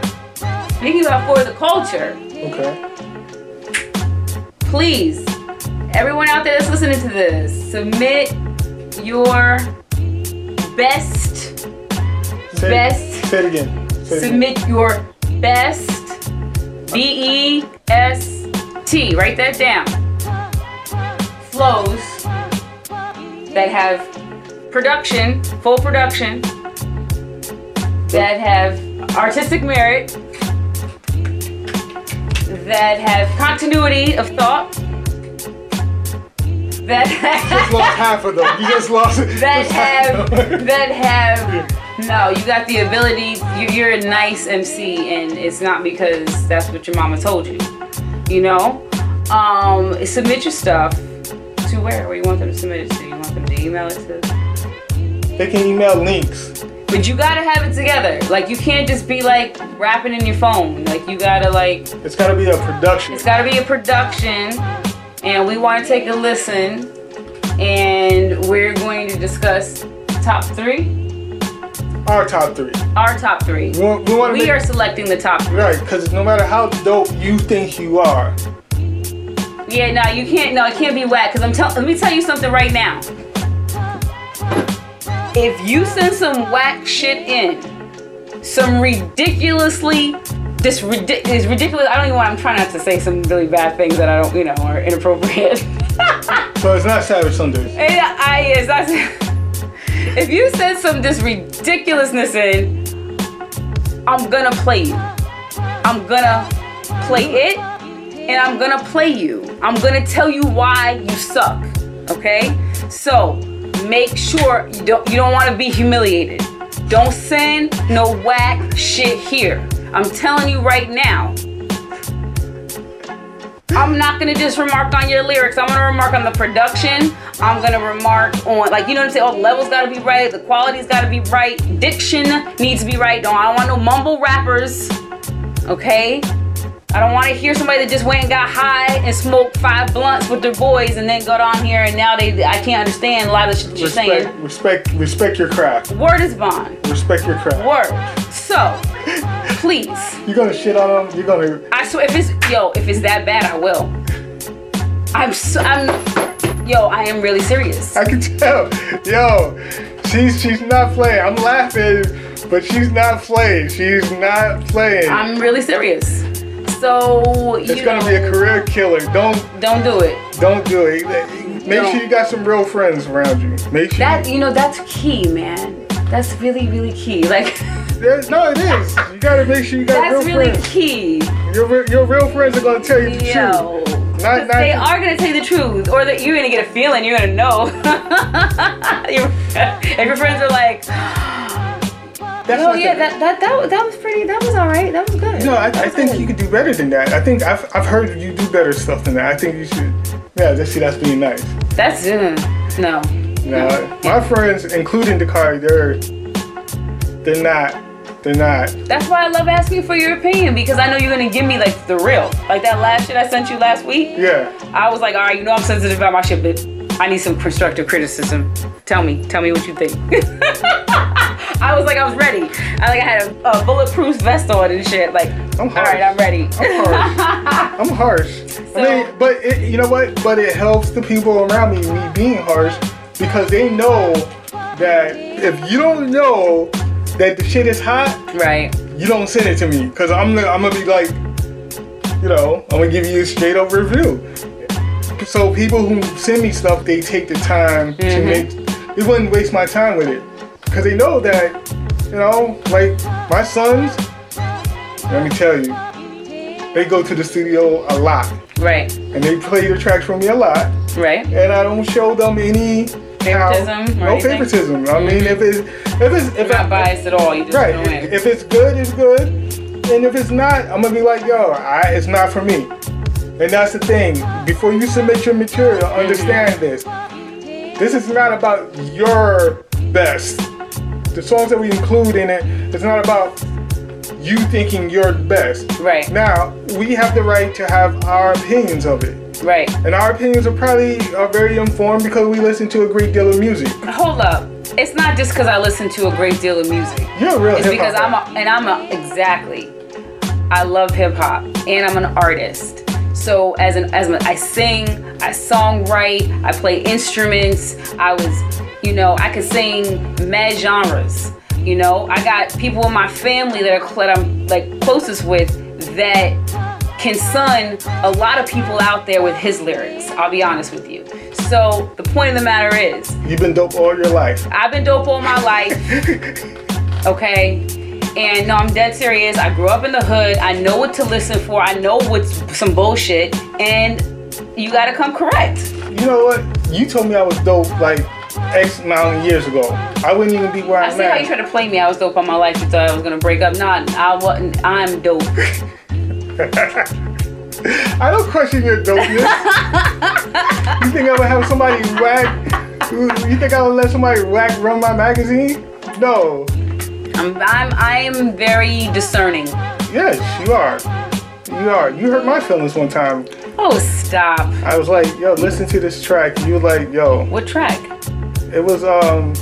A: speaking about for the culture,
B: Okay.
A: please, everyone out there that's listening to this, submit your best
B: Say,
A: Best
B: Say it again. Say it again.
A: Submit your best B E S T. Write that down. Flows that have production, full production, that have artistic merit, that have continuity of thought, that
B: just lost half of them. You just lost it.
A: that
B: Just half of
A: have
B: them.
A: that have no you got the ability you, you're a nice mc and it's not because that's what your mama told you you know um submit your stuff to where where you want them to submit it to you want them to email it to
B: They can email links.
A: but you gotta have it together like you can't just be like rapping in your phone like you gotta like
B: It's gotta be a production.
A: it's got to be a production, and we want to take a listen, and we're going to discuss top three,
B: Our top three.
A: our top three.
B: We, want- we want to
A: We
B: make,
A: are selecting the top three.
B: right because no matter how dope you think you are,
A: Yeah, no, you can't. No, it can't be whack. Cause I'm telling. Let me tell you something right now. If you send some whack shit in, some ridiculously this ridi- is ridiculous. I don't even want. I'm trying not to say some really bad things that I don't, you know, are inappropriate.
B: so it's not Savage Sundays.
A: It, I is that's. If you said some this ridiculousness in, I'm gonna play you. I'm gonna play it, and I'm gonna play you. I'm gonna tell you why you suck. Okay, so make sure you don't you don't want to be humiliated. Don't send no whack shit here. I'm telling you right now. I'm not gonna just remark on your lyrics. I'm gonna remark on the production. I'm gonna remark on like you know what I'm saying. All the levels gotta be right. The quality's gotta be right. Diction needs to be right. Don't I don't want no mumble rappers. Okay. I don't want to hear somebody that just went and got high and smoked five blunts with their boys and then got on here and now they I can't understand a lot of the shit you're
B: Respect,
A: saying.
B: respect, respect your craft.
A: Word is bond.
B: Respect your craft.
A: Word. So, please.
B: You're gonna shit on them. You're gonna.
A: I swear, if it's yo, if it's that bad, I will. I'm so I'm yo, I am really serious.
B: I can tell. Yo, she's she's not playing. I'm laughing, but she's not playing. She's not playing.
A: I'm really serious. So you
B: it's gonna be a
A: know,
B: career killer. Don't
A: Don't do it.
B: don't do it. Make
A: No.
B: sure you got some real friends around you. Make sure.
A: That you know that's key, man. That's really really key. Like
B: There's, no, it is. You gotta make sure you got
A: that's
B: real
A: really
B: friends.
A: key.
B: Your, re- your real friends are gonna tell you the
A: Yo.
B: truth.
A: 'Cause
B: Not, not,
A: they are gonna tell you the truth, or that you're gonna get a feeling, you're gonna know. Your- if your friends are like,
B: that's
A: oh
B: not
A: yeah,
B: the-
A: that, that that that was pretty, that was all right, that was good.
B: No, I,
A: That
B: I
A: was
B: think
A: good.
B: you could do better than that. I think I've, I've heard you do better stuff than that. I think you should. Yeah, that's, see, that's being nice.
A: That's uh, no.
B: Now, my friends, including Dakari, they're they're not they're not.
A: That's why I love asking for your opinion because I know you're gonna give me like the real. Like that last shit I sent you last week.
B: Yeah,
A: I was like, all right, you know I'm sensitive about my shit, but I need some constructive criticism. Tell me, tell me what you think. I was like, I was ready. I like I had a, a bulletproof vest on and shit. Like, all
B: I'm hard.
A: right, I'm ready.
B: I'm harsh. I'm harsh. I
A: So-
B: mean, but it, you know what? But it helps the people around me me being harsh because they know that if you don't know that the shit is hot,
A: right.
B: you don't send it to me because I'm gonna, I'm gonna be like, you know, I'm gonna give you a straight up review. So people who send me stuff, they take the time
A: Mm-hmm.
B: to make. They wouldn't waste my time with it because they know that, you know, like my sons. Let me tell you, they go to the studio a lot
A: Right.
B: and they play the tracks for me a lot,
A: Right.
B: and I don't don't show them any how-
A: Favoritism or
B: no
A: anything? Mm-hmm.
B: favoritism. I mean, if it's if it's
A: You're
B: if
A: not
B: I-
A: biased at all. You just
B: Right.
A: know it.
B: If it's good, it's good. And if it's not, I'm gonna be like, yo, I, it's not for me. And that's the thing. Before you submit your material,
A: Mm-hmm.
B: understand this. This is not about your best. The songs that we include in it, it's not about you thinking you're the best.
A: Right.
B: Now, we have the right to have our opinions of it.
A: right.
B: And our opinions are probably are very informed because we listen to a great deal of music.
A: Hold up. It's not just because I listen to a great deal of music.
B: You're a real
A: It's
B: hip-hop
A: because I'm
B: fan.
A: a, and I'm a, exactly. I love hip hop and I'm an artist. So as an as an, I sing, I songwrite, I play instruments. I was, you know, I could sing mad genres. You know, I got people in my family that are that I'm like closest with that can sun a lot of people out there with his lyrics. I'll be honest with you. So the point of the matter is,
B: You've been dope all your life.
A: I've been dope all my life. Okay. And no, I'm dead serious. I grew up in the hood. I know what to listen for. I know what's some bullshit. And you gotta come correct.
B: You know what? You told me I was dope like X amount of years ago. I wouldn't even be where
A: I
B: I'm
A: see how you
B: at.
A: tried to play me. I was dope all my life. You thought I was gonna break up. Nah, I wasn't. I'm dope.
B: I don't question your dopeness. you think I would have somebody whack? You think I would let somebody whack run my magazine? No.
A: I'm, I'm, I am very discerning.
B: Yes, you are. You are. You hurt my feelings one time.
A: Oh, stop.
B: I was like, yo, listen to this track. You were like, yo,
A: What track?
B: it was um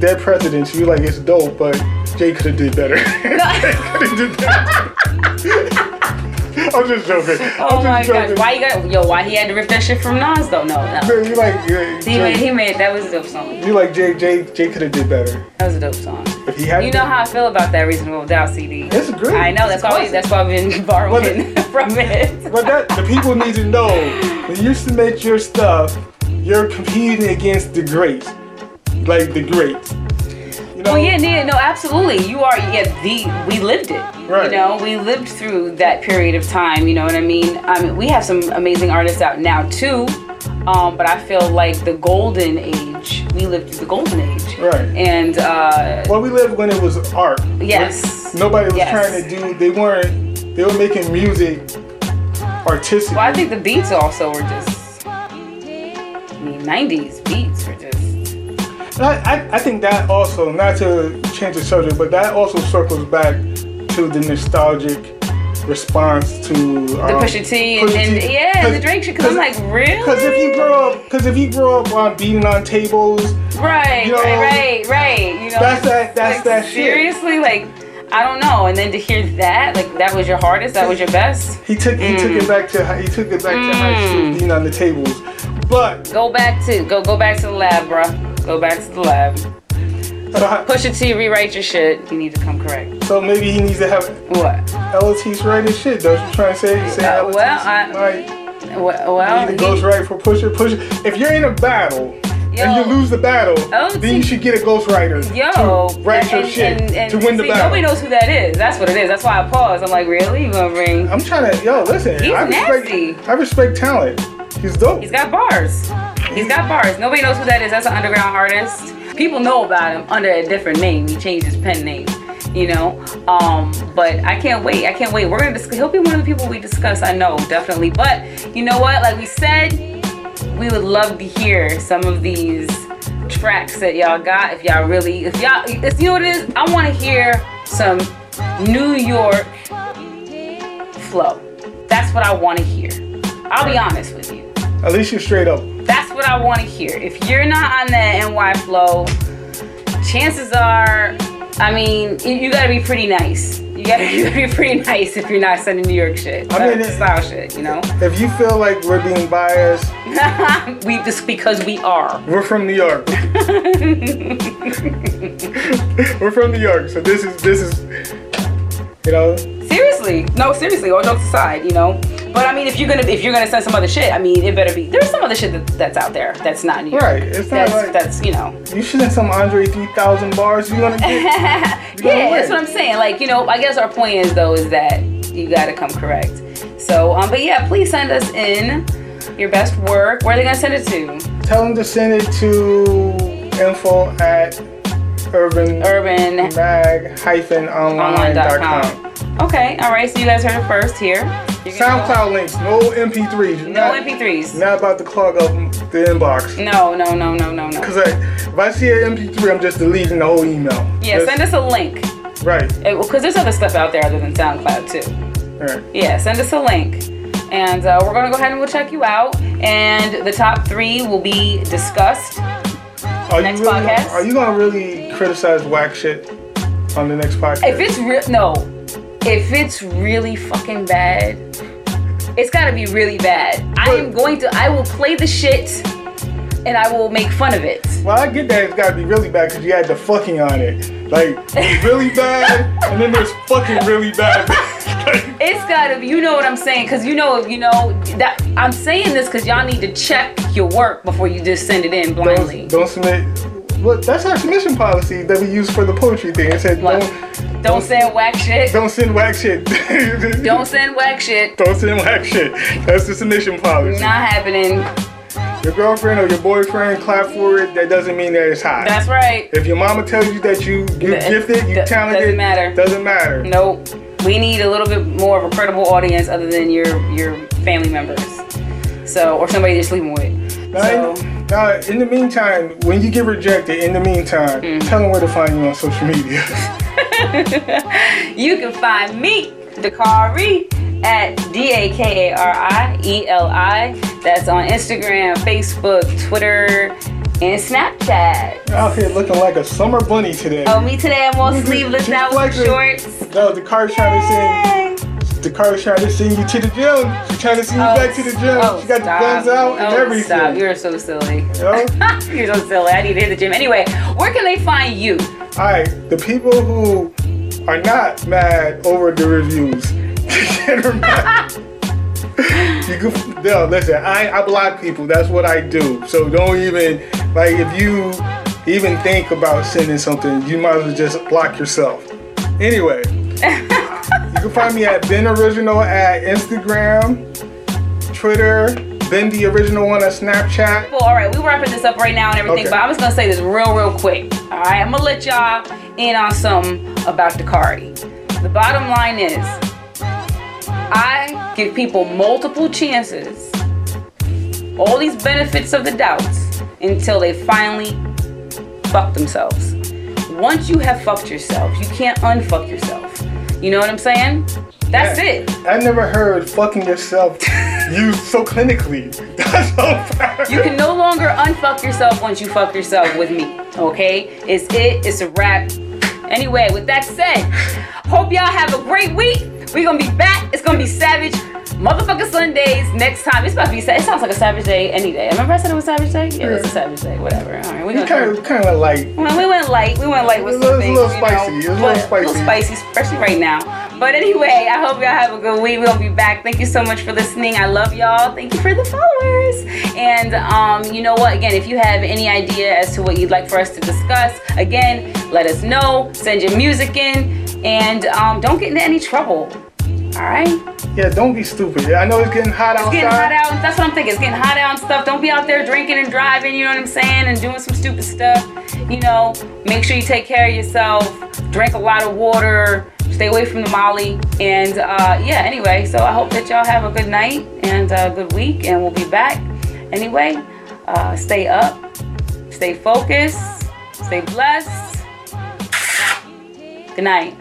B: Dead Presidents. You were like, it's dope, but Jay could have did better. could have did better. I'm just joking.
A: Oh
B: I'm
A: my
B: just joking.
A: gosh, why you got yo? Why he had to rip that shit from Nas though? No, no.
B: Man, you like yeah,
A: He made,
B: Jay,
A: he made that was a dope song.
B: you like Jay Jay Jay could have did better
A: That was a dope song.
B: if he had.
A: You know how I feel about that Reasonable Doubt CD.
B: It's great.
A: I know that's why we, that's why I've been borrowing from it.
B: But that the people need to know when you submit your stuff, you're competing against the greats, like the greats. You know,
A: Well, yeah, yeah, no, absolutely. You are, yeah, the we lived it.
B: Right.
A: You know, we lived through that period of time. You know what I mean? I mean, we have some amazing artists out now too, um, but I feel like the golden age. We lived through the golden age.
B: Right.
A: And uh,
B: Well, we lived when it was art.
A: yes.
B: Nobody was
A: Yes.
B: trying to do. They weren't. They were making music artistic.
A: Well, I think the beats also were just. I mean, '90s beats were just.
B: And I, I, I think that also, not to change the subject, but that also circles back to the nostalgic response to um,
A: The Pusha T and, and yeah, the Drake shit. Cause, I'm like, really?
B: Because if you grow up, because if you grow up on beating on tables,
A: Right,
B: You know,
A: right, right, right. You know,
B: that's that- that's
A: like,
B: that shit.
A: Seriously, like, I don't know. And then to hear that, like, that was your hardest, that was your best.
B: he took he took
A: Mm.
B: it back to hi- he took it back to high school beating on the tables. But
A: Go back to go go back to the lab, bruh. Go back to the lab.
B: so, I-
A: Push it to rewrite your shit. You need to come correct.
B: so maybe he needs to have
A: What?
B: LT's writing shit. That's what you trying to say. Say
A: Uh,
B: LLT's
A: well, I-
B: right.
A: Well,
B: Well,
A: well
B: it goes right for pusher, pusher. If you're in a battle
A: Yo.
B: and you lose the battle,
A: Oh,
B: then you
A: see-
B: should get a ghostwriter
A: Yo,
B: to write your
A: and-
B: shit
A: and- and
B: to win the
A: see,
B: battle.
A: Nobody knows who that is. That's what it is. That's why I paused. I'm like, really? You gonna bring?
B: I'm trying to, yo, listen.
A: He's
B: I respect,
A: nasty.
B: I respect talent. He's dope.
A: He's got bars. He's got bars. Nobody knows who that is. That's an underground artist. People know about him under a different name. He changed his pen name, you know. Um, but I can't wait. I can't wait. We're gonna discuss. He'll be one of the people we discuss. I know, definitely. But you know what? Like we said, we would love to hear some of these tracks that y'all got. If y'all really, if y'all, it's, you know what it is. I want to hear some New York flow. That's what I want to hear. I'll be honest with you.
B: At least you're straight up.
A: That's what I want to hear. If you're not on that NY flow, chances are, I mean, you- you gotta be pretty nice. You gotta, you gotta be pretty nice if you're not sending New York shit,
B: I mean,
A: That's
B: it-
A: style shit, you know.
B: If you feel like we're being biased,
A: we just because we are.
B: we're from New York. we're from New York, so this is this is, you know,
A: Seriously, no, seriously. All jokes aside, you know. But I mean, if you're gonna if you're gonna send some other shit, I mean, it better be. There's some other shit that, that's out there that's not New York.
B: right? It's not
A: That's,
B: like
A: that's you know
B: you shouldn't some Andre 3000 bars. You're gonna get. gotta
A: yeah,
B: win.
A: that's what I'm saying. Like, you know, I guess our point is though is that you gotta come correct. So, um, but yeah, please send us in your best work. Where are they gonna send it to?
B: Tell them to send it to info at urban
A: Urban
B: mag hyphen online.com.
A: online.com. Okay, all right. So you guys heard it first here. You're gonna go-
B: SoundCloud links, no MP3s.
A: No MP3s.
B: Not about to clog up the inbox.
A: No, no, no, no, no, no.
B: Cause I, if I see an MP3, I'm just deleting the whole email.
A: Yeah, send us a link
B: us. Right,
A: because there's other stuff out there other than SoundCloud too.
B: right.
A: Yeah, send us a link. And uh, we're gonna go ahead and we'll check you out. And the top three will be discussed.
B: Are
A: Next
B: you really,
A: podcast.
B: Are you gonna really criticize whack shit on the next podcast?
A: If it's real, no. If it's really fucking bad, it's gotta be really bad. I am
B: But-
A: going to. I will play the shit, and I will make fun of it.
B: well, I get that it's gotta be really bad because you had the fucking on it. Like, really bad, and then there's fucking really bad. Like,
A: It's gotta be. You know what I'm saying? Cause you know, you know that I'm saying this because y'all need to check your work before you just send it in blindly.
B: don't, don't submit. Look, that's our submission policy that we use for the poetry thing. It said
A: What?
B: don't
A: Don't, send whack shit. Don't,
B: don't send whack shit. don't
A: send whack shit.
B: don't send whack shit. That's the submission policy.
A: Not happening.
B: Your girlfriend or your boyfriend clap for it. That doesn't mean that it's hot.
A: That's right.
B: if your mama tells you that you you
A: Th-
B: gifted, you
A: th-
B: talented,
A: doesn't matter.
B: Doesn't matter.
A: Nope. We need a little bit more of a credible audience other than your your family members. So or somebody you're sleeping with.
B: Now,
A: So
B: in, now, in the meantime, when you get rejected, in the meantime,
A: Mm.
B: tell them where to find you on social media.
A: you can find me, Dakari, at D-A-K-A-R-I-E-L-I. E That's on Instagram, Facebook, Twitter, and Snapchat.
B: Out here looking like a summer bunny today.
A: Oh, me today I'm all sleeveless
B: Just
A: now with
B: like
A: some
B: the-
A: shorts.
B: No, the car trying to sing. the car trying to send you to the gym. She trying to send you
A: Oh,
B: back to the gym.
A: oh,
B: she got
A: stop.
B: the guns out and
A: Oh,
B: everything.
A: Stop. You're so silly.
B: know?
A: You're so silly. I need to hit the gym. Anyway, where can they find you?
B: All right, the people who are not mad over the reviews, they're mad. you can, no, listen, I, I block people. That's what I do. So don't even, like, if you even think about sending something, you might as well just block yourself. Anyway, you can find me at Ben Original at Instagram, Twitter, Ben the Original One on Snapchat.
A: Well, all right, we're wrapping this up right now and everything,
B: Okay.
A: but I'm just gonna say this real, real quick. All right, I'm gonna let y'all in on something about Dakari. The bottom line is, I give people multiple chances, all these benefits of the doubts, until they finally fuck themselves. Once you have fucked yourself, you can't unfuck yourself. You know what I'm saying? That's it.
B: I never heard fucking yourself used so clinically. That's so bad.
A: You can no longer unfuck yourself once you fuck yourself with me. Okay? It's it, it's a wrap. Anyway, with that said, hope y'all have a great week. We're gonna be back. It's gonna be savage. Motherfucker Sundays next time. It's about to be sa- it sounds like a savage day any day. Remember I said it was savage day? Yeah, it's a savage day. Whatever. Alright, we're gonna
B: kind of, kind of like
A: well, we went light. We went light with
B: It
A: some
B: was a
A: things.
B: little
A: you know,
B: spicy. It was a little
A: but
B: spicy.
A: spicy, especially right now. But anyway, I hope y'all have a good week. We're gonna be back. Thank you so much for listening. I love y'all. Thank you for the followers. And um, you know what? Again, if you have any idea as to what you'd like for us to discuss, again, let us know. Send your music in, and um, don't get into any trouble. All right.
B: yeah. Don't be stupid. I know it's getting hot outside.
A: It's getting hot out. That's what I'm thinking. It's getting hot out and stuff. Don't be out there drinking and driving, you know what I'm saying, and doing some stupid stuff. You know, make sure you take care of yourself. Drink a lot of water. Stay away from the molly. And uh, yeah, anyway, so I hope that y'all have a good night and a good week, and we'll be back. Anyway, uh, stay up, stay focused, stay blessed. Good night.